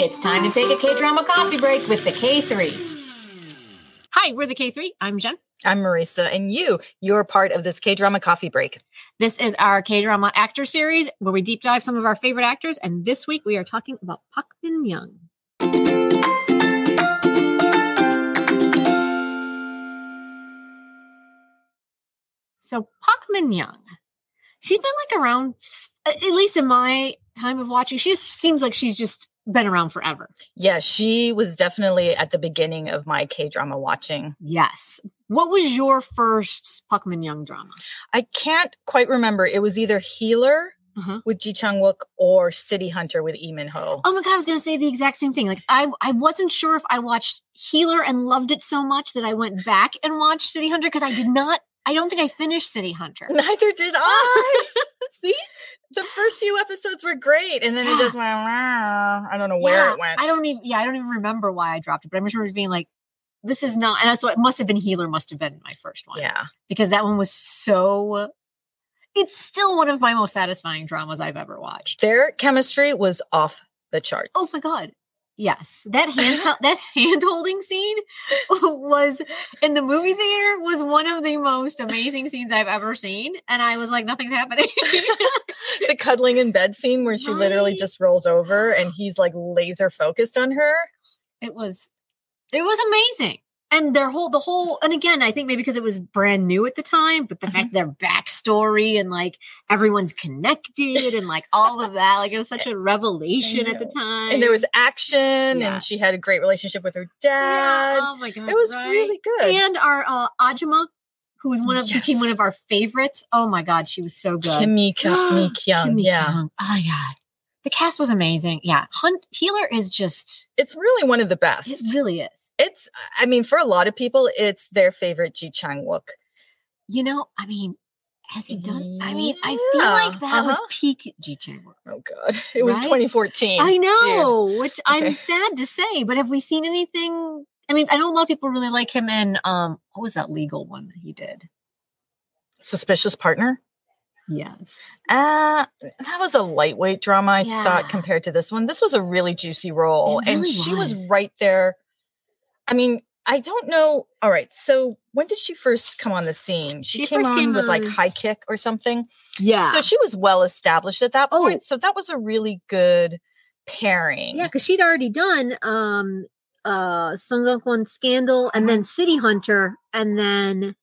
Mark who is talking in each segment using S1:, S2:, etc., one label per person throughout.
S1: It's time to take a K drama coffee break with the K3.
S2: Hi, we're the K3. I'm Jen.
S3: I'm Marisa, and you, you're part of this K drama coffee break.
S2: This is our K drama actor series where we deep dive some of our favorite actors. And this week we are talking about Pak Min Young. So, Pak Min Young, she's been like around, at least in my time of watching, she just seems like she's just been around forever.
S3: Yeah, she was definitely at the beginning of my K drama watching.
S2: Yes. What was your first Pak Min Young drama?
S3: I can't quite remember. It was either Healer
S2: Mhm.
S3: with Ji Chang Wook or City Hunter with Lee Min Ho.
S2: Oh my god, I was gonna say the exact same thing. Like I, I wasn't sure if I watched Healer and loved it so much that I went back and watched City Hunter because I did not. I don't think I finished City Hunter.
S3: Neither did I. See, the first few episodes were great, and then it
S2: Yeah.
S3: just went. "Wow." I don't know where
S2: Yeah,
S3: it went.
S2: I don't even. Yeah, I don't even remember why I dropped it. But I remember being like, "This is not." And that's what it must have been. Healer must have been my first one.
S3: Yeah,
S2: because that one was so. It's still one of my most satisfying dramas I've ever watched.
S3: their chemistry was off the charts.
S2: Oh my god. Yes, that hand that hand holding scene was in the movie theater was one of the most amazing scenes I've ever seen, and I was like, nothing's happening.
S3: the cuddling in bed scene where she literally
S2: Right.
S3: just rolls over and he's like laser focused on her.
S2: it was, it was amazing, and their whole the whole, and again, I think maybe because it was brand new at the time, but the
S3: Mm-hmm.
S2: fact their backstory and like everyone's connected and like all of that, like it was such a revelation at the time,
S3: and there was action and
S2: Yes.
S3: she had a great relationship with her
S2: Yeah,
S3: dad
S2: oh my god,
S3: it was
S2: right.
S3: really good
S2: and our uh, Ajima, who was one of became
S3: Yes.
S2: one of our favorites. Oh my god, she was so good.
S3: kimmy Ki- Kyung,
S2: Kimmy
S3: yeah
S2: Ah, Kyung. Oh my god. The cast was amazing. Yeah. Hunt Healer is just
S3: it's really one of the best
S2: it really is.
S3: it's i mean for a lot of people it's their favorite ji chang wook
S2: You know, I mean, has he done I mean, I feel like
S3: Yeah,
S2: that was
S3: uh-huh.
S2: peak G Chan work.
S3: oh god it was
S2: Right?
S3: 2014
S2: I know, which
S3: Okay.
S2: I'm sad to say, but have we seen anything? I mean, I know a lot of people really like him in um what was that legal one that he did?
S3: suspicious partner
S2: Yes.
S3: uh that was a lightweight drama i
S2: Yeah.
S3: thought compared to this one this was a really juicy role
S2: It
S3: and
S2: really
S3: she
S2: was.
S3: was right there i mean I don't know. All right. So when did she first come on the scene? She,
S2: She
S3: came
S2: first
S3: on
S2: came
S3: with like
S2: on-
S3: high kick or something.
S2: Yeah.
S3: So she was well established at that
S2: Oh.
S3: point. So that was a really good pairing.
S2: Yeah, because she'd already done um uh Sung Kwon Scandal and then City Hunter and then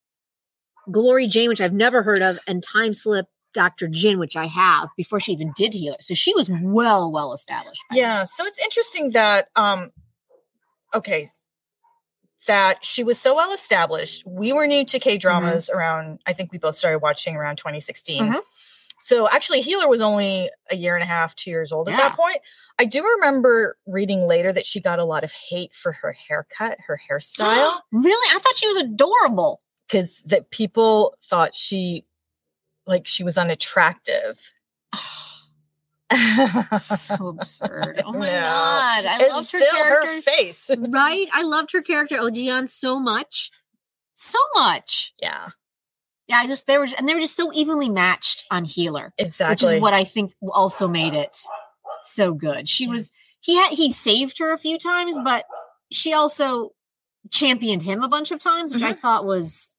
S2: Glory Jane, which I've never heard of, and Time Slip Dr. Jin, which I have before she even did healer. So she was well, well established. by
S3: Yeah. So it's interesting that um okay that she was so well established. We were new
S2: Mm-hmm.
S3: to K dramas around I think we both started watching around 2016.
S2: Mhm.
S3: So actually Healer was only a year and a half, 2 years old at
S2: Yeah.
S3: that point. I do remember reading later that she got a lot of hate for her haircut, her
S2: then.
S3: hairstyle
S2: really? I thought she was adorable.
S3: cuz that people thought she like she was unattractive.
S2: so absurd. Oh my
S3: No.
S2: god. I loved
S3: it's
S2: her
S3: still
S2: character.
S3: her face.
S2: right? I loved her character, Ojian, so much. So much.
S3: Yeah,
S2: Yeah, I just they were and they were just so evenly matched on healer.
S3: exactly.
S2: which is what I think also made it so good. She was he had he saved her a few times, but she also championed him a bunch of times, which I
S3: Mm-hmm.
S2: thought was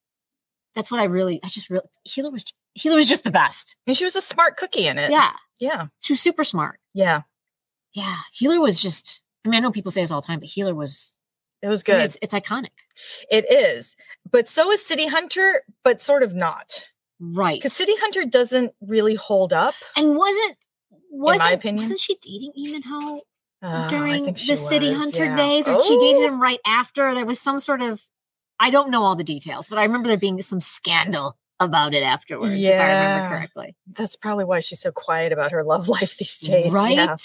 S2: that's what I really I just really Healer was Healer was just the best.
S3: and she was a smart cookie in it.
S2: Yeah,
S3: yeah,
S2: she was super smart.
S3: yeah.
S2: Yeah, Healer was just. I mean, I know people say this all the time, but Healer was
S3: It was
S2: I mean,
S3: good.
S2: it's, it's iconic,
S3: It is, but so is City Hunter, but sort of not
S2: right?
S3: because City Hunter doesn't really hold up.
S2: and wasn't wasn't
S3: opinion.
S2: wasn't she dating Eamon Ho
S3: Uh, I
S2: during the
S3: think she
S2: City
S3: was,
S2: Hunter
S3: yeah.
S2: days, or she
S3: Oh,
S2: dated him right after. There was some sort of I don't know all the details, but I remember there being some scandal about it afterwards, if I
S3: Yeah.
S2: remember correctly.
S3: That's probably why she's so quiet about her love life these days.
S2: right?
S3: Yeah.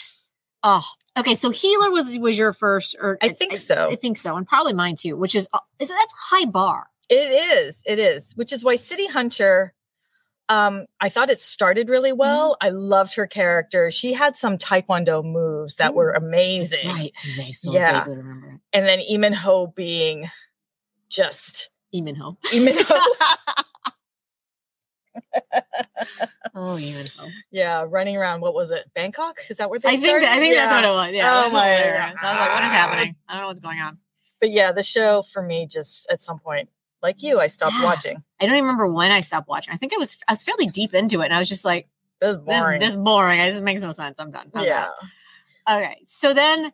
S2: Oh, okay. So healer was was your first, or
S3: I think so.
S2: I think so, and probably mine too. Which is, uh, is that's high bar.
S3: It is. It is, which is why City Hunter. Um, I thought it started
S2: Mm-hmm.
S3: really well. I loved her character. She had some taekwondo moves that were amazing.
S2: Right? Okay, so
S3: Yeah.
S2: yeah. vaguely remember it.
S3: and then Eamon Ho being just
S2: Eamon Ho.
S3: Eamon Ho.
S2: Oh yeah.
S3: yeah, running around. What was it? Bangkok? Is that where they
S2: I think
S3: started?
S2: that, I think that's
S3: Yeah.
S2: what it was. Yeah.
S3: Oh,
S2: that's
S3: my
S2: what it was.
S3: God.
S2: I was like, what is happening? I don't know what's going on.
S3: But yeah, the show for me just at some point, like you, I stopped
S2: Yeah.
S3: watching.
S2: I don't even remember when I stopped watching. I think I was I was fairly deep into it, and I was just like,
S3: It was
S2: this,
S3: boring.
S2: this is boring. This makes no sense. I'm done. I'm
S3: yeah.
S2: done. Okay. So then,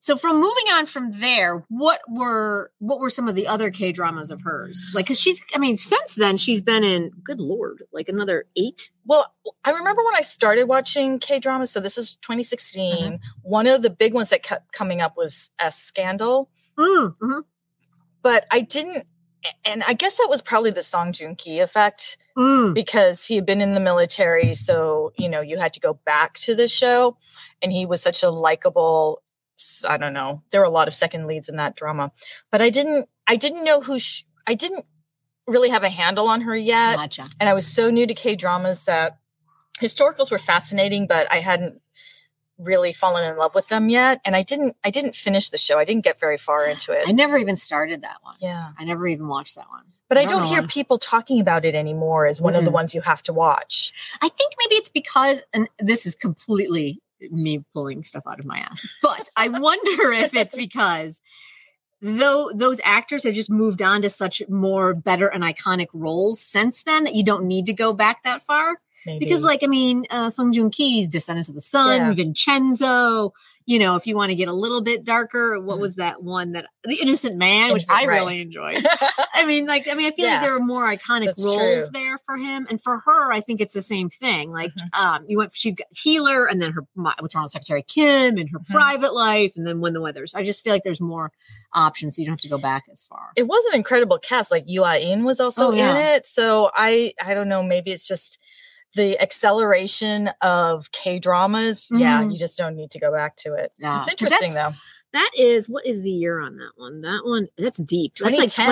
S2: so from moving on from there, what were what were some of the other K dramas of hers? Like, because she's, I mean,
S4: Since then, she's been in, good Lord, like another eight.
S3: Well, I remember when I started watching K dramas. So this
S2: Uh-huh.
S3: is 2016. One of the big ones that kept coming up was S Scandal,
S4: Mm,
S2: mm-hmm.
S4: mhm,
S3: but I didn't. And I guess that was probably the Song Joong Ki effect
S4: mm.
S3: because he had been in the military, so you know you had to go back to the show, and he was such a likable. s- I don't know. There were a lot of second leads in that drama, but I didn't. I didn't know who. Sh- I didn't really have a handle on her yet.
S2: gotcha.
S3: and I was so new to K dramas that historicals were fascinating, but I hadn't really fallen in love with them yet. And I didn't I didn't finish the show. I didn't get very far into
S2: I
S3: it.
S2: never even started that one.
S3: Yeah.
S2: I never even watched that one.
S3: But I
S2: I don't
S3: don't
S2: know
S3: hear
S2: why.
S3: people talking about it anymore as one of the
S2: Mm-mm.
S3: ones you have to watch.
S2: I think maybe it's because, and this is completely me pulling stuff out of my ass, but I wonder if it's because though those actors have just moved on to such more better and iconic roles since then that you don't need to go back that far.
S3: Maybe.
S2: Because, like, I mean, uh, Song Joong Ki's Descendants of the Sun,
S3: Yeah.
S2: Vincenzo, you know, if you want to get a little bit darker, what
S3: Mhm.
S2: was that one that The Innocent Man, which
S3: Innocent,
S2: I
S3: right.
S2: really enjoyed. I mean, like, I mean, I feel
S3: Yeah.
S2: like there are more iconic
S3: That's
S2: roles
S3: true.
S2: there for him, and for her, I think it's the same thing. Like, um, you went she got healer, and then her my, what's wrong with Secretary Kim, and her
S3: Mhm.
S2: private life, and then when the weather's. I just feel like there's more options, so you don't have to go back as far.
S3: it was an incredible cast. Like Yua In was also
S2: Oh, yeah.
S3: in it. So I I don't know, maybe it's just the acceleration of K dramas. Yeah,
S2: Mhm.
S3: you just don't need to go back to it.
S2: Yeah,
S3: It's
S2: 'cause
S3: interesting
S2: that's-
S3: though.
S4: That is, what is the year on that one? That one, that's deep. That's like
S3: 2010.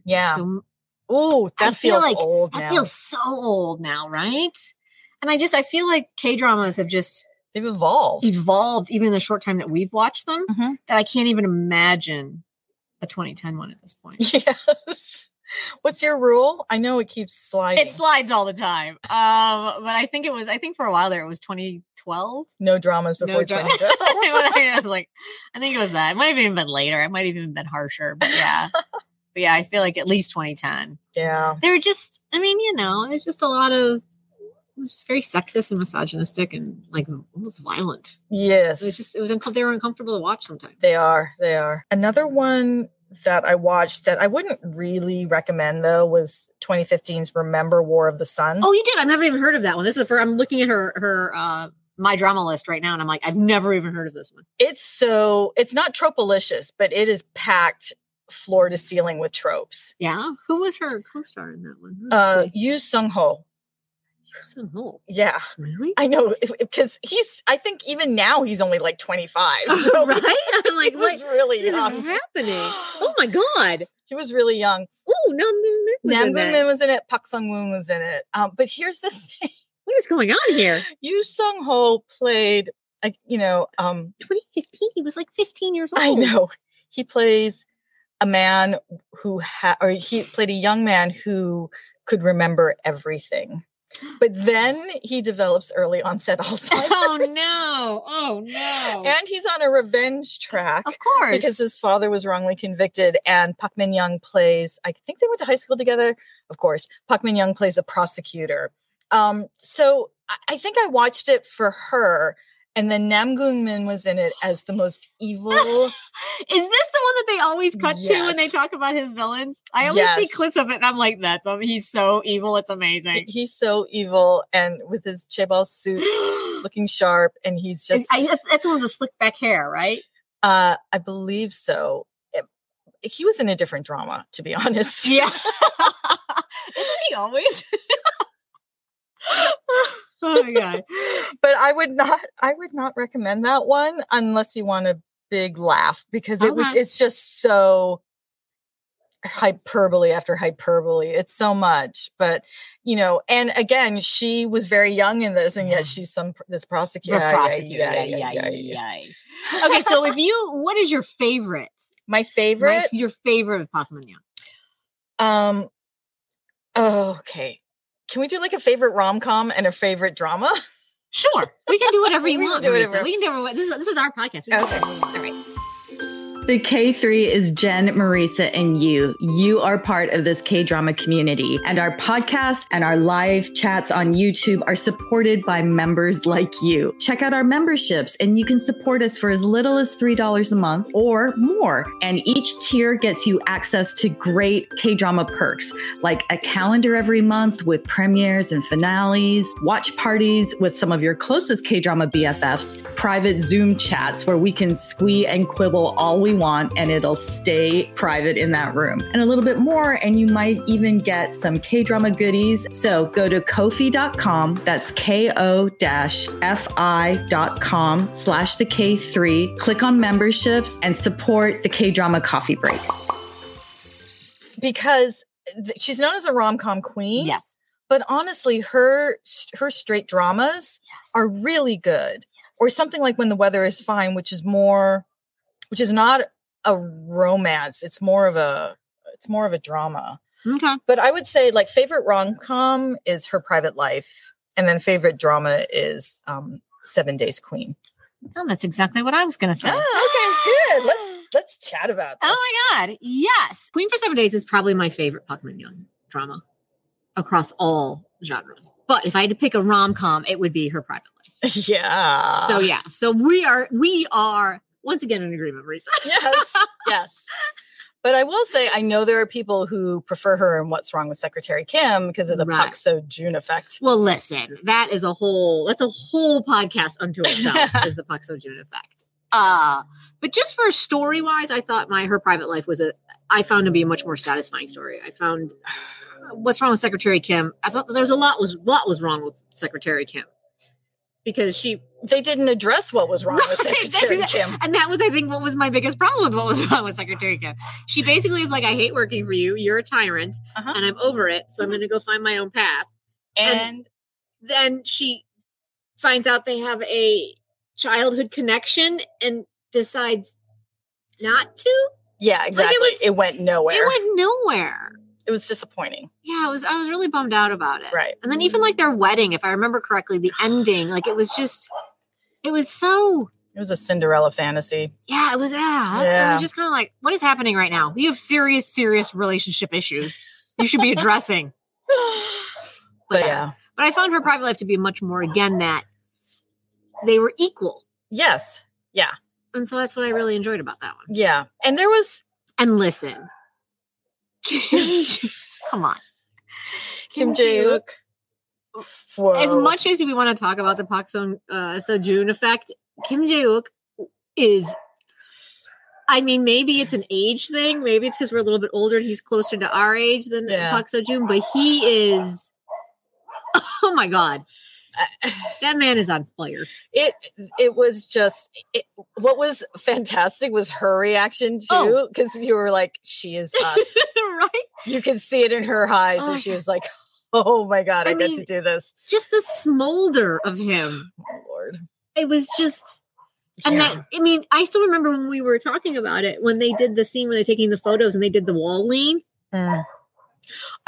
S4: 2010.
S3: Yeah.
S4: So
S3: Oh, that
S2: feel
S3: feels
S2: like-
S3: old
S2: That
S3: now.
S2: feels so old now, right? And I just I feel like K dramas have just
S3: They've evolved.
S2: evolved even in the short time that we've watched them
S3: Mhm.
S2: that I can't even imagine a 2010 one at this point.
S3: Yes. What's your rule? I know it keeps sliding.
S2: It slides all the time. Um, but I think it was, I think for a while there, it was 2012.
S3: no dramas
S2: No
S3: before
S2: dra-
S3: 20
S2: I was like, I think it was that. It might have even been later. It might have even been harsher. But yeah. but yeah, I feel like at least 2010.
S3: yeah.
S2: They were just, I mean, you know, it's just a lot of, it was just very sexist and misogynistic and like almost violent.
S3: Yes.
S2: It was just, it was, uncom- they were uncomfortable to watch sometimes.
S3: they are. They are. Another one that I watched that I wouldn't really recommend though was 2015's Remember War of the Sun.
S2: Oh, you did. I've never even heard of that one. This is for, I'm looking at her, her, uh, my drama list right now, and I'm like, I've never even heard of this one.
S3: It's so it's not tropolicious, but it is packed floor to ceiling with tropes.
S2: Yeah, who was her co-star in that one?
S4: Oh,
S2: Who
S3: Uh
S2: was it?
S3: Yu Sung Ho.
S2: Jason Holt.
S3: Yeah.
S2: Really?
S3: I know because he's I think even now he's only like 25. So
S4: right? I'm like,
S3: he
S4: what
S3: was really
S4: is
S3: young.
S4: happening? Oh my God.
S3: he was really young.
S4: Oh, no, Nam Min was in
S3: Nam Goon
S4: that.
S3: Min was in it. Park Sung Woon was in it. Um, but here's the thing:
S4: What is going on here?
S3: Yoo Sung Ho played, like you know, um,
S4: 2015, he was like 15 years old.
S2: Oh.
S3: I know he plays a man who ha- or he played a young man who could remember everything, but then he develops early onset Alzheimer's,
S2: Oh no! Oh no!
S3: and he's on a revenge track.
S2: of course,
S3: because his father was wrongly convicted and Park Min Young plays I think they went to high school together of course Park Min Young plays a prosecutor um so I, I think I watched it for her and then Nam Goon Min was in it as the most evil
S2: is this the one that they always cut to when they
S3: Yes.
S2: talk about his villains? I always see
S3: Yes.
S2: clips of it, and I'm like, "That's um, he's so evil. It's amazing."
S3: he's so evil and with his chebal suits
S2: And
S3: looking sharp and he's just
S2: I, that's- that's the one with the slick back hair, right?
S3: uh I believe so It- he was in a different drama to be honest
S2: Yeah. Isn't he always? oh my god!
S3: but I would not I would not recommend that one unless you want a big laugh because it was
S2: Okay.
S3: it's just so hyperbole after hyperbole. It's so much, but you know, and again, she was very young in this and
S2: Yeah.
S3: yet she's some this
S2: The
S3: prosecutor.
S2: prosecutor. yay, yay, yay. okay, so if you, what is your favorite?
S3: My
S2: My-
S3: favorite
S2: your favorite of Pokemon Young?
S3: um oh, okay. Can we do like a favorite rom com and a favorite drama?
S1: Sure, we can do whatever you
S3: We can
S1: want.
S3: do
S1: Marisa.
S3: whatever.
S1: We can do whatever. This is, this is our podcast. We can do
S3: Okay.
S1: whatever we want. All right.
S5: The K3 is Jen, Marisa, and you. You are part of this K drama community, and our podcast and our live chats on YouTube are supported by members like you. Check out our memberships, and you can support us for as little as $3 a month or more. And each tier gets you access to great K drama perks like a calendar every month with premieres and finales, watch parties with some of your closest K drama BFFs, private Zoom chats where we can squee and quibble all we want and it'll stay private in that room, and a little bit more. And you might even get some K drama goodies. So go to kofi.com, that's K O fi.com slash the K3, click on memberships and support the K drama coffee break.
S3: Because th- she's known as a rom com queen.
S1: Yes.
S3: But honestly, her her straight dramas
S1: Yes.
S3: are really good. Or something like When the Weather is Fine, which is more which is not a romance. It's more of a it's more of a drama.
S1: okay.
S3: But I would say like favorite rom com is her private life. And then favorite drama is um Seven Days Queen.
S2: Oh,
S1: No, that's exactly what I was going to say.
S3: Ah, okay, good. Let's let's chat about this.
S1: Oh my God. Yes.
S2: Queen for Seven Days is probably my favorite Park Min Young drama across all genres. But if I had to pick a rom com, it would be her private life.
S3: yeah.
S2: so yeah, so we are we are once again in agreement, Marisa.
S3: yes, yes. But I will say, I know there are people who prefer her and What's Wrong with Secretary Kim because of the
S2: Right.
S3: Park So June effect.
S2: Well, listen, that is a whole that's a whole podcast unto itself is the Park Seo Joon effect. Uh but just for story wise, I thought my her private life was a I found to be a much more satisfying story. I found what's wrong with Secretary Kim. I felt that there's a lot was lot was wrong with Secretary Kim because she
S3: They didn't address what was wrong with
S2: Right, that's
S3: Secretary
S2: exact-
S3: Kim.
S2: and that was I think what was my biggest problem with what was wrong with Secretary Kim. She basically is like, I hate working for you. You're a tyrant,
S3: Uh-huh.
S2: and I'm over it. So I'm going to go find my own path.
S3: And
S2: then she finds out they have a childhood connection and decides not to.
S3: yeah, exactly.
S2: was-
S3: it went nowhere.
S2: It went nowhere.
S3: it was disappointing.
S2: Yeah, I was I was really bummed out about it.
S3: Right.
S2: And then even like their wedding, if I remember correctly, the ending, like it was just it was so
S3: It was a Cinderella fantasy.
S2: yeah, it was yeah. It
S3: Yeah.
S2: was just kind of like, what is happening right now? You have serious, serious relationship issues. You should be addressing.
S3: But
S2: Yeah.
S3: yeah.
S2: But I found her private life to be much more again that they were equal.
S3: Yes.
S2: And so that's what I really enjoyed about that one.
S3: Yeah. And there was
S2: And listen, come on.
S3: Kim Jae-wook. Whoa.
S2: As much as we want to talk about the Park Seo uh, June effect, Kim Jae Wook is. I mean, maybe it's an age thing. Maybe it's because we're a little bit older and he's closer to our age than
S3: Yeah.
S2: Park Seo June. But he is. Oh my god, that man is on fire.
S3: it it was just it, what was fantastic was her reaction too
S2: Oh.
S3: because you were like she is us
S2: right?
S3: you could see it in her eyes
S2: Oh my
S3: and she was like oh my god i,
S2: I
S3: get to
S2: mean-
S3: do this
S2: Just the smolder of him.
S3: oh, lord
S2: It was just. And
S3: Yeah.
S2: that, I mean, I still remember when we were talking about it when they did the scene where they're taking the photos and they did the wall lean.
S3: Mm.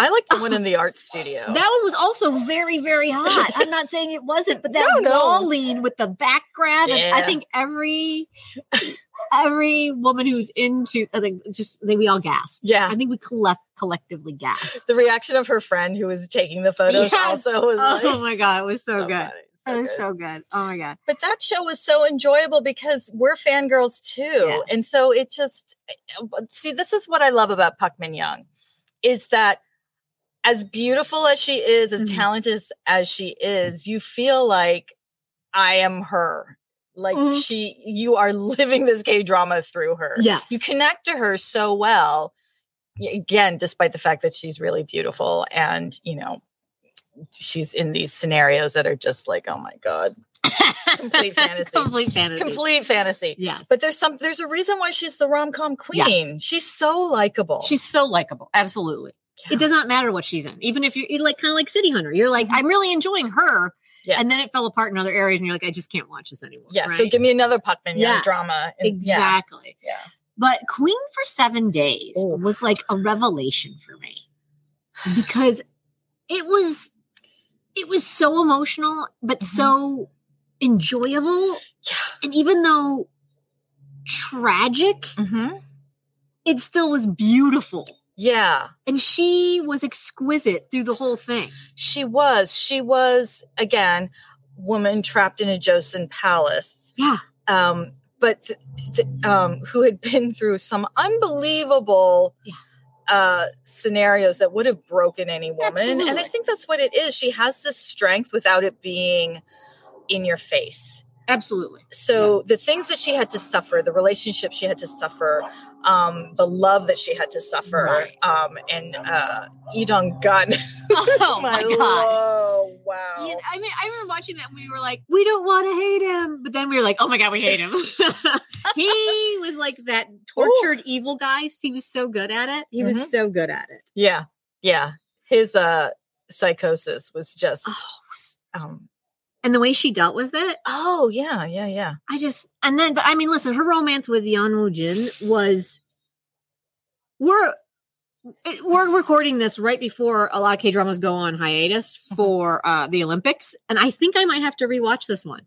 S3: i like the one in the art studio
S1: That one was also very, very hot. I'm not saying it wasn't, but that
S3: No, no.
S1: wall lean with the back grab, and I
S3: Yeah.
S1: think every
S2: every woman who's into I think just they, we all gasp.
S3: yeah
S2: I think we collect collectively gasp.
S3: the reaction of her friend who was taking the photos
S2: Yes.
S3: also was like
S2: Oh my god, it was so
S3: so
S2: good.
S3: funny, so
S2: It was
S3: good.
S2: so good. Oh my god.
S3: but that show was so enjoyable because we're fangirls too and
S2: Yes.
S3: so it just eh, see this is what i love about puck min young is that as beautiful as she is as
S2: Mhm.
S3: talented as- as she is you feel like i am her like
S2: Mhm.
S3: she you are living this gay drama through her
S2: Yes.
S3: you connect to her so well y- again despite the fact that she's really beautiful and you know she's in these scenarios that are just like oh my god Complete fantasy.
S2: Complete fantasy.
S3: complete fantasy.
S2: Yes.
S3: But there's some there's a reason why she's the rom com queen. She's so likable.
S2: She's so likable. Absolutely.
S3: Yeah.
S2: It does not matter what she's in. Even if you're you're like kind of like City Hunter. You're like, I'm really enjoying her.
S3: Yes.
S2: And then it fell apart in other areas and you're like, I just can't watch this anymore.
S3: yeah.
S2: right?
S3: So give me another Puckman yeah.
S2: Yeah.
S3: drama. and- yeah.
S2: exactly.
S3: Yeah.
S2: But Queen for Seven Days
S3: Ooh.
S2: was like a revelation for me because it was it was so emotional, but so enjoyable.
S3: Mm-hmm. Yeah.
S2: And even though tragic,
S3: Mm-hmm.
S2: it still was beautiful.
S3: Yeah.
S2: And she was exquisite through the whole thing.
S3: She was. She was again, woman trapped in a Joseon palace.
S2: Yeah.
S3: Um, but th- th- um, who had been through some unbelievable
S2: Yeah.
S3: uh, scenarios that would have broken any woman, and I
S2: Absolutely.
S3: think that's what it is. She has this strength without it being in your face.
S2: Absolutely.
S3: so the things that she had to suffer the relationship she had to suffer um, the love that she had to suffer
S1: Right.
S3: um, and uh, Idong Gun.
S1: Oh my god.
S3: Oh, wow.
S2: You know,
S1: I mean, I remember watching that. We were like,
S2: We don't want to hate him.
S1: but then we were like, oh my god, we hate him.
S2: He was like that tortured evil guy. He was so good at it. He
S1: Mm-hmm.
S3: Mhm.
S2: was so good at it.
S3: Yeah. Yeah. His uh, psychosis was just.
S2: Oh,
S3: Um,
S2: And the way she dealt with it,
S3: oh, yeah. Yeah. Yeah.
S2: I just and then but I mean listen, her romance with Yan Woo Jin was we're it- we're recording this right before a lot of K dramas go on hiatus
S3: Mm-hmm.
S2: for uh, the Olympics, and I think I might have to rewatch this one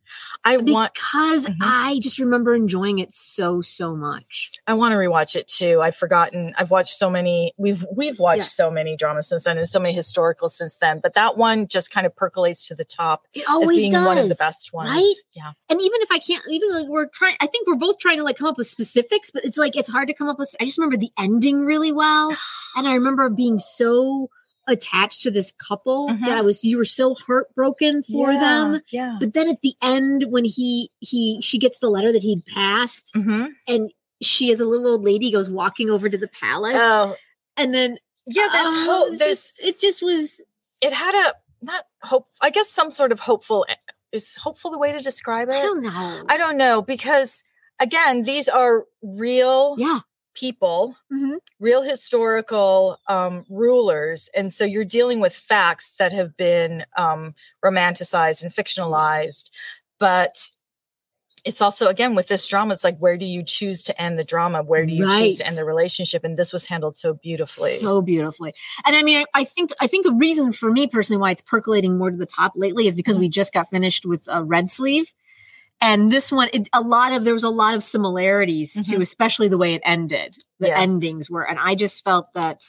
S3: I want.
S2: because
S3: Mhm.
S2: I just remember enjoying it so so much.
S3: I want to rewatch it too. I've forgotten. I've watched so many. We've we've watched
S2: Yeah.
S3: so many dramas since then, and so many historicals since then. But that one just kind of percolates to the top
S2: Oh, It
S3: as
S2: always
S3: being
S2: does,
S3: one of the best ones.
S2: right?
S3: Yeah.
S2: and even if I can't, even like we're trying, I think we're both trying to like come up with specifics, but it's like it's hard to come up with. I just remember the ending really well, and I remember being so attached to this couple
S3: Mhm.
S2: that I was. You were so heartbroken for
S3: Yeah,
S2: them,
S3: Yeah.
S2: but then at the end, when he he she gets the letter that he passed,
S3: Mm-hmm.
S2: and she is a little old lady goes walking over to the palace,
S3: Oh,
S2: and then
S3: yeah. There's
S2: oh,
S3: hope.
S2: it's
S3: There's
S2: just- it just was
S3: it had a not hope. I guess some sort of hopeful. eh, Is hopeful the way to describe
S2: I
S3: it?
S2: don't know,
S3: I don't know because again, these are real
S2: yeah,
S3: people,
S2: Mhm.
S3: real historical um, rulers, and so you're dealing with facts that have been um, romanticized and
S2: Mm-hmm.
S3: fictionalized, but. It's also again with this drama. It's like where do you choose to end the drama? Where do you choose to
S2: Right.
S3: end the relationship? And this was handled so beautifully.
S2: so beautifully and i mean I, I think i think a reason for me personally why it's percolating more to the top lately is because
S3: Mm-hmm.
S2: we just got finished with uh, red sleeve and this one it, a lot of there was a lot of similarities
S3: Mhm.
S2: to especially the way it ended the
S3: Yeah.
S2: endings were and i just felt that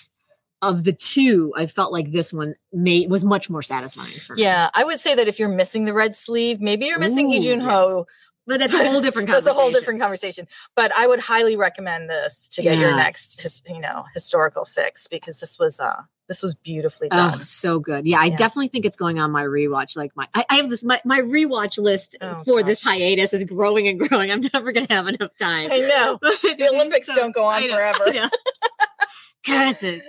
S2: of the two i felt like this one made was much more satisfying for me
S3: Yeah, I would say that if you're missing the red sleeve, maybe you're missing
S2: Ooh,
S3: Lee Jun
S2: yeah.
S3: Ho.
S2: but that's a whole different
S3: That's
S2: conversation
S3: a whole different conversation. But I would highly recommend this to get your
S2: Yes.
S3: next, his- you know, historical fix because this was uh this was beautifully done.
S2: Oh, so good. Yeah, I
S3: Yeah.
S2: definitely think it's going on my rewatch. Like my, I, I have this my, my rewatch list
S3: Oh,
S2: for this
S3: gosh.
S2: hiatus is growing and growing. I'm never gonna have enough time.
S3: I know.
S2: It
S3: The
S2: is
S3: Olympics
S2: so-
S3: don't go on
S2: I know, I
S3: forever. Um,
S2: know. Curses.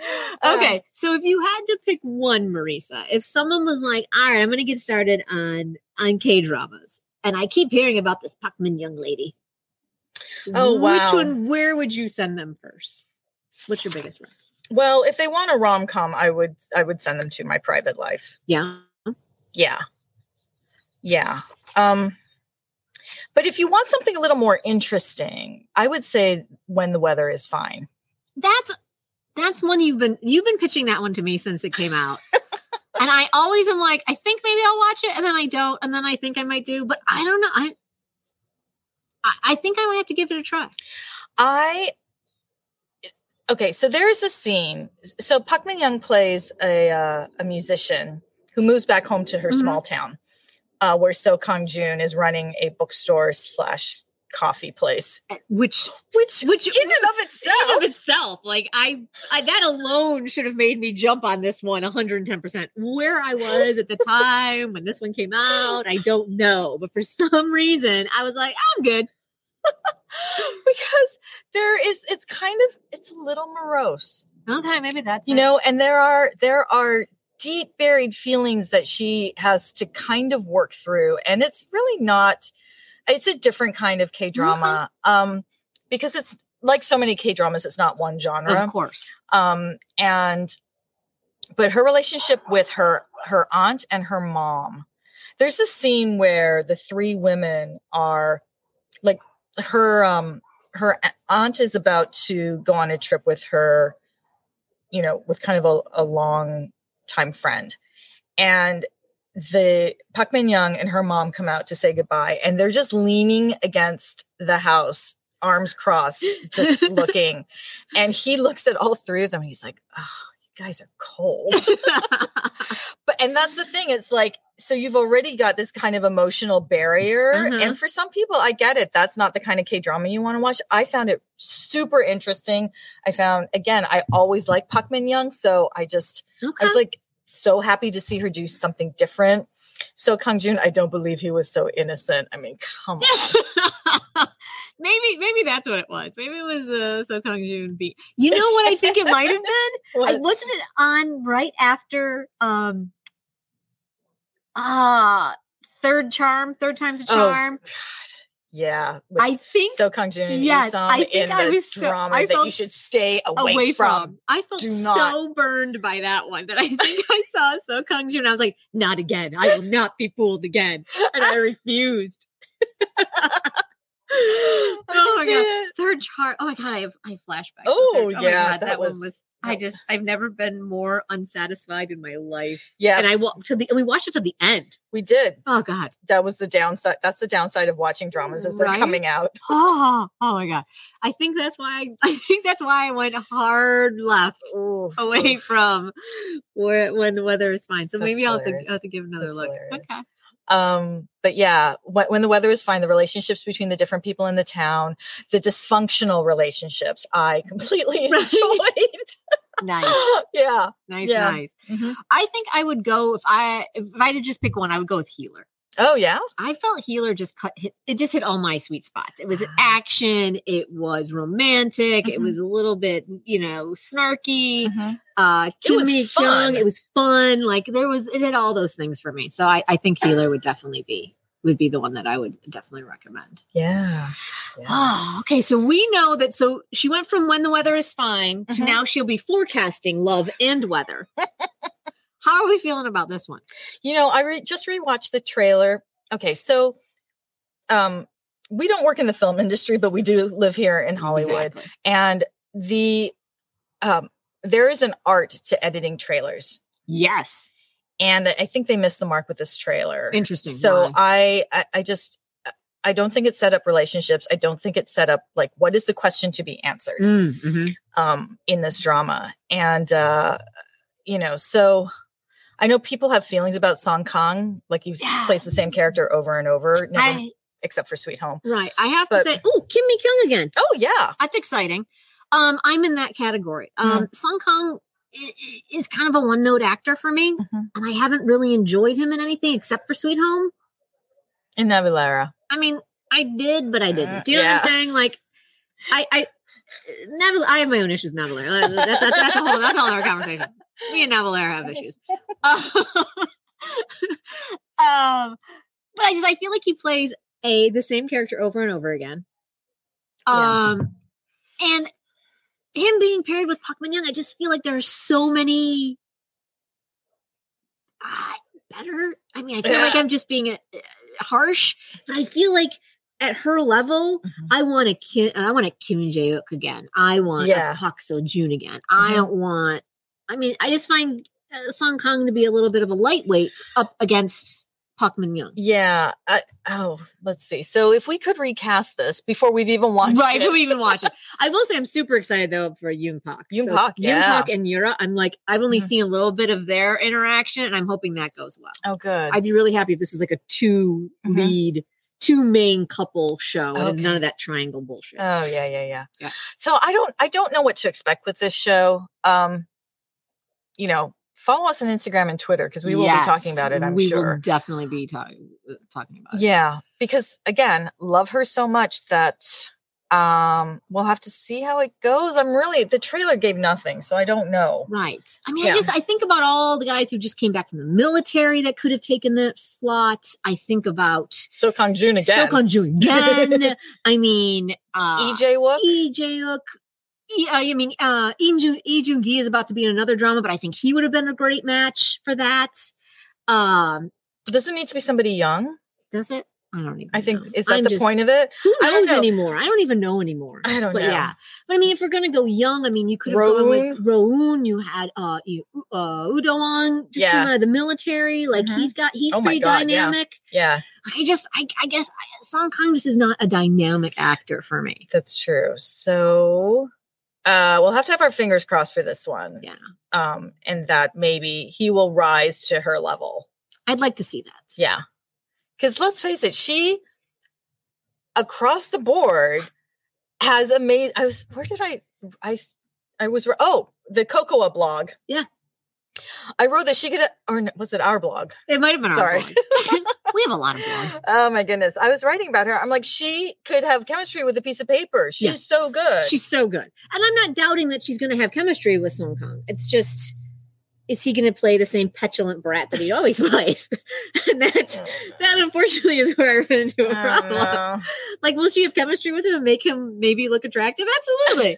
S2: Okay, so if you had to pick one, Marisa, if someone was like, "All right, I'm gonna get started on on K dramas," and I keep hearing about this Pacman young lady.
S3: Oh, wow.
S2: Which one? Where would you send them first? What's your biggest rep?
S3: Well, if they want a rom com, I would I would send them to my private life.
S2: Yeah.
S3: Yeah. Yeah. Um but if you want something a little more interesting, I would say when the weather is fine.
S2: that's that's one you've been you've been pitching that one to me since it came out and i always am like i think maybe i'll watch it and then i don't and then i think i might do but i don't know i i, I think i might have to give it a try
S3: I okay, so there's a scene. So Park Min Young plays a uh, a musician who moves back home to her
S2: Mhm.
S3: small town, uh, where So Kang Jun is running a bookstore slash coffee place,
S2: Uh, which
S3: which
S2: which
S3: in and of
S2: in
S3: itself,
S2: of itself like I, I that alone should have made me jump on this one 110% where i was at the time when this one came out i don't know but for some reason i was like i'm good
S3: because there is it's kind of it's a little morose.
S2: okay maybe that's
S3: you
S2: it.
S3: know and there are there are deep buried feelings that she has to kind of work through and it's really not it's a different kind of k-drama
S2: Mm-hmm.
S3: um because it's like so many k-dramas it's not one
S2: of
S3: genre
S2: course
S3: um and but her relationship with her her aunt and her mom there's a scene where the three women are like her um her a- aunt is about to go on a trip with her you know with kind of a, a long time friend and the Park Min Young and her mom come out to say goodbye, and they're just leaning against the house, arms crossed, just looking. And he looks at all three of them. And he's like, "Oh, you guys are cold." but and that's the thing. It's like so you've already got this kind of emotional barrier,
S2: Uh-huh.
S3: and for some people, I get it. That's not the kind of K drama you want to watch. I found it super interesting. I found again, I always like Park Min Young, so I just I
S6: Okay.
S3: was like so happy to see her do something different. So Kang Jun, I don't believe he was so innocent. I mean, come on.
S2: maybe maybe that's what it was. Maybe it was the So Kang Jun beat. You know what I think it might have been? I
S3: What?
S2: wasn't it on right after um ah third charm, third time's a
S3: Oh,
S2: charm.
S3: yeah. with
S2: I think
S3: so Kang Jun and
S2: yes,
S3: Isam
S2: I think
S3: in
S2: I
S3: the
S2: was so-
S3: drama
S2: I
S3: that you
S2: felt
S3: should stay away,
S2: away, from.
S3: from.
S2: I felt
S3: Do
S2: so
S3: not.
S2: burned by that one that I think I saw So Kang Jun. I was like, not again. I will not be fooled again. And I refused. oh my god. third chart. Oh my god, I have I have flashbacks. to
S3: Oh,
S2: third-
S3: yeah,
S2: that,
S3: that
S2: one
S3: was-
S2: was. I
S3: that-
S2: just I've never been more unsatisfied in my life.
S3: Yeah,
S2: And I walked to the and we watched it to the end.
S3: we did.
S2: Oh god.
S3: That was the downside. That's the downside of watching dramas as they're
S2: Right?
S3: coming out.
S2: Oh, oh my god. I think that's why I, I think that's why I went hard left
S3: Ooh,
S2: away from where when the weather is fine. So
S3: That's
S2: maybe I'll have, to,
S3: hilarious.
S2: I'll have to give another
S3: That's
S2: look.
S3: hilarious.
S2: Okay.
S3: Um, but yeah, when, when the weather is fine, the relationships between the different people in the town, the dysfunctional relationships, I completely
S2: Right.
S3: enjoyed.
S2: Nice.
S3: yeah.
S2: Nice,
S3: Yeah.
S2: nice.
S3: Mhm.
S2: I think I would go if I if I had to just pick one, I would go with healer.
S3: Oh yeah.
S2: I felt Healer just cut hit, it just hit all my sweet spots. It was
S3: Ah.
S2: action, it was romantic, it
S3: Mhm.
S2: was a little bit, you know, snarky. Uh
S3: Mm-hmm. It was
S2: Kimmy
S3: fun.
S2: Chung, it was fun. Like there was it had all those things for me. So I, I
S3: Ah.
S2: think Healer would definitely be would be the one that I would definitely recommend.
S3: Yeah. yeah.
S2: Oh, okay. So we know that so she went from when the weather is fine to
S3: Mhm.
S2: now she'll be forecasting love and weather. How are we feeling about this one?
S3: You know, I re- just rewatched the trailer. Okay, so um we don't work in the film industry, but we do live here in Hollywood.
S2: Exactly.
S3: And the um there is an art to editing trailers.
S2: Yes.
S3: And I think they missed the mark with this trailer.
S2: Interesting.
S3: So
S2: Why?
S3: I, I I just I don't think it set up relationships. I don't think it set up like what is the question to be answered
S2: Mm, mhm.
S3: um in this drama. And uh you know, so I know people have feelings about Song Kong, like he s-
S2: Yeah.
S3: plays the same character over and over, never-
S2: I-
S3: except for Sweet Home.
S2: Right. I have
S3: But-
S2: to say, oh, Kim Kimmy Kyung again.
S3: Oh yeah.
S2: That's exciting. Um, I'm in that category. Um, Sung Kong i- i- is kind of a one note actor for me,
S3: Mhm.
S2: and I haven't really enjoyed him in anything except for Sweet Home.
S3: And Navilara.
S2: I mean, I did, but I
S3: Uh,
S2: didn't. Do you know
S3: yeah.
S2: what I'm saying? Like, I, I, Naval- I have my own issues, Navalera. That's, that's, that's a whole, that's all our conversation. Me and Navalera have issues. um, but I just, I feel like he plays a, the same character over and over again.
S3: Yeah.
S2: Um, and him being paired with Park Min Young, I just feel like there are so many uh, better. I mean, I feel like
S3: Yeah.
S2: I'm just being uh harsh, but I feel like at her level,
S3: Mhm.
S2: I want a Kim, I want a Kim Jae Uk again. I want
S3: Yeah.
S2: a Park Seo Joon again. I
S3: Mhm.
S2: don't want. I mean, I just find uh, Song Kang to be a little bit of a lightweight up against Park Min Young.
S3: Yeah. I, oh, let's see. So if we could recast this before we've even watched
S2: right,
S3: it.
S2: we even watch it. I will say I'm super excited though for Yoon Pak.
S3: Yoon
S2: it's
S3: Pak, yeah.
S2: Yoon Pak and Yura. I'm like, I've only
S3: Mhm.
S2: seen a little bit of their interaction, and I'm hoping that goes well.
S3: oh good.
S2: I'd be really happy if this was like a two
S3: Mhm.
S2: lead, two main couple show, and
S3: Okay.
S2: none of that triangle bullshit.
S3: Oh yeah, yeah, yeah.
S2: Yeah.
S3: So I don't I don't know what to expect with this show. Um, you know, follow us on Instagram and Twitter because we will be talking
S2: Yes,
S3: about it, I'm
S2: we
S3: sure.
S2: will definitely be talking talking about it.
S3: yeah. Because again, love her so much that um we'll have to see how it goes. I'm really the trailer gave nothing, so I don't know.
S2: Right. I mean,
S3: Yeah.
S2: I just I think about all the guys who just came back from the military that could have taken that slot. I think about
S3: So Kang Jun again.
S2: Sokon Jun Yan. I mean, uh,
S3: EJ E Wook.
S2: EJ Hook. E- uh, I mean, uh, Inju Ijun Gi is about to be in another drama, but I think he would have been a great match for that. Um,
S3: Does it need to be somebody young?
S2: does it? I don't even.
S3: I think
S2: know.
S3: is that
S2: I'm
S3: the
S2: just-
S3: point of it?
S2: Who
S3: I don't
S2: knows
S3: know.
S2: anymore? I don't even know anymore.
S3: I don't
S2: but
S3: know.
S2: yeah, but I mean, if we're gonna go young, I mean, you could have gone with Roan. You had uh, you, uh Udoan just
S3: Yeah.
S2: came out of the military. Like
S3: Mhm.
S2: he's got he's
S3: Oh my
S2: pretty
S3: God, yeah.
S2: dynamic.
S3: Yeah,
S2: I just I, I guess I, Song Kang just is not a dynamic actor for me.
S3: that's true. So uh we'll have to have our fingers crossed for this one.
S2: Yeah.
S3: Um, and that maybe he will rise to her level.
S2: I'd like to see that.
S3: Yeah. Because let's face it, she across the board has amazing. I was, where did I, I, I was, re- oh, the Cocoa blog.
S2: Yeah.
S3: I wrote that she could, or no, was it our blog?
S1: It might have been
S3: Sorry.
S1: our blog. we have a lot of blogs.
S3: Oh my goodness. I was writing about her. I'm like, she could have chemistry with a piece of paper. She's
S2: Yeah.
S3: so good.
S2: She's so good. And I'm not doubting that she's going to have chemistry with Song Kang. It's just, is he going to play the same petulant brat that he always plays? and that, that unfortunately is where I run into a
S3: I don't
S2: problem.
S3: know.
S2: Like, will she have chemistry with him and make him maybe look attractive? Absolutely.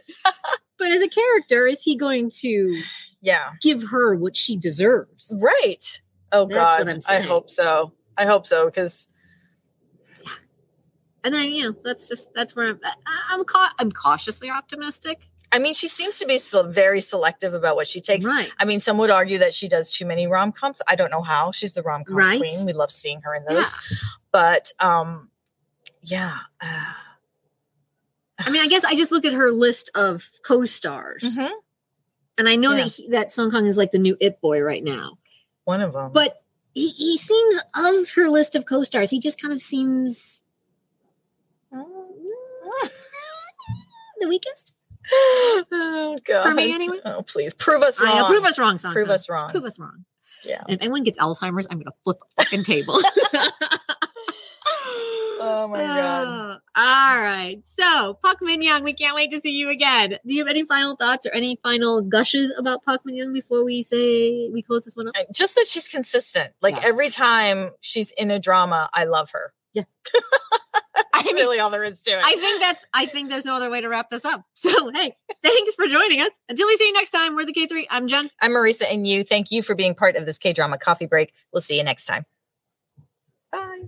S2: but as a character, is he going to
S3: Yeah.
S2: give her what she deserves?
S3: Right. Oh
S2: That's what
S3: God.
S2: I'm
S3: I
S2: saying.
S3: hope so. I hope so. Cause
S2: And then, yeah, that's just that's where I'm. I, I'm caught. I'm cautiously optimistic.
S3: I mean, she seems to be so very selective about what she takes.
S2: Right.
S3: I mean, some would argue that she does too many rom coms. I don't know how. She's the rom com
S2: Right.
S3: queen. We love seeing her in
S2: Yeah.
S3: those. But um, yeah. Uh,
S2: I mean, I guess I just look at her list of co-stars.
S3: mhm.
S2: And I know
S3: Yeah.
S2: that he, that Song Kang is like the new It Boy right now,
S3: One of them.
S2: but he, he seems of her list of co-stars. He just kind of seems
S3: Ah.
S2: the weakest
S3: oh, God.
S2: for me anyway.
S3: Oh, please prove us wrong.
S2: I know, prove us wrong, Song
S3: Prove
S2: Kang.
S3: us wrong.
S2: Prove us wrong.
S3: Yeah.
S2: And if anyone gets Alzheimer's, I'm gonna flip the fucking table.
S3: Oh my God.
S2: Ah, all right. So Puck Min Young, we can't wait to see you again. Do you have any final thoughts or any final gushes about Puck Min Young before we say we close this one up?
S3: I- Just that she's consistent. Like
S2: Yeah.
S3: every time she's in a drama, I love her.
S2: Yeah.
S3: That's really all there is to it.
S2: I think that's I think there's no other way to wrap this up. So hey, thanks for joining us. Until we see you next time, we're the K3. I'm Jen.
S3: I'm Marisa and you. Thank you for being part of this K drama coffee break. We'll see you next time. Bye.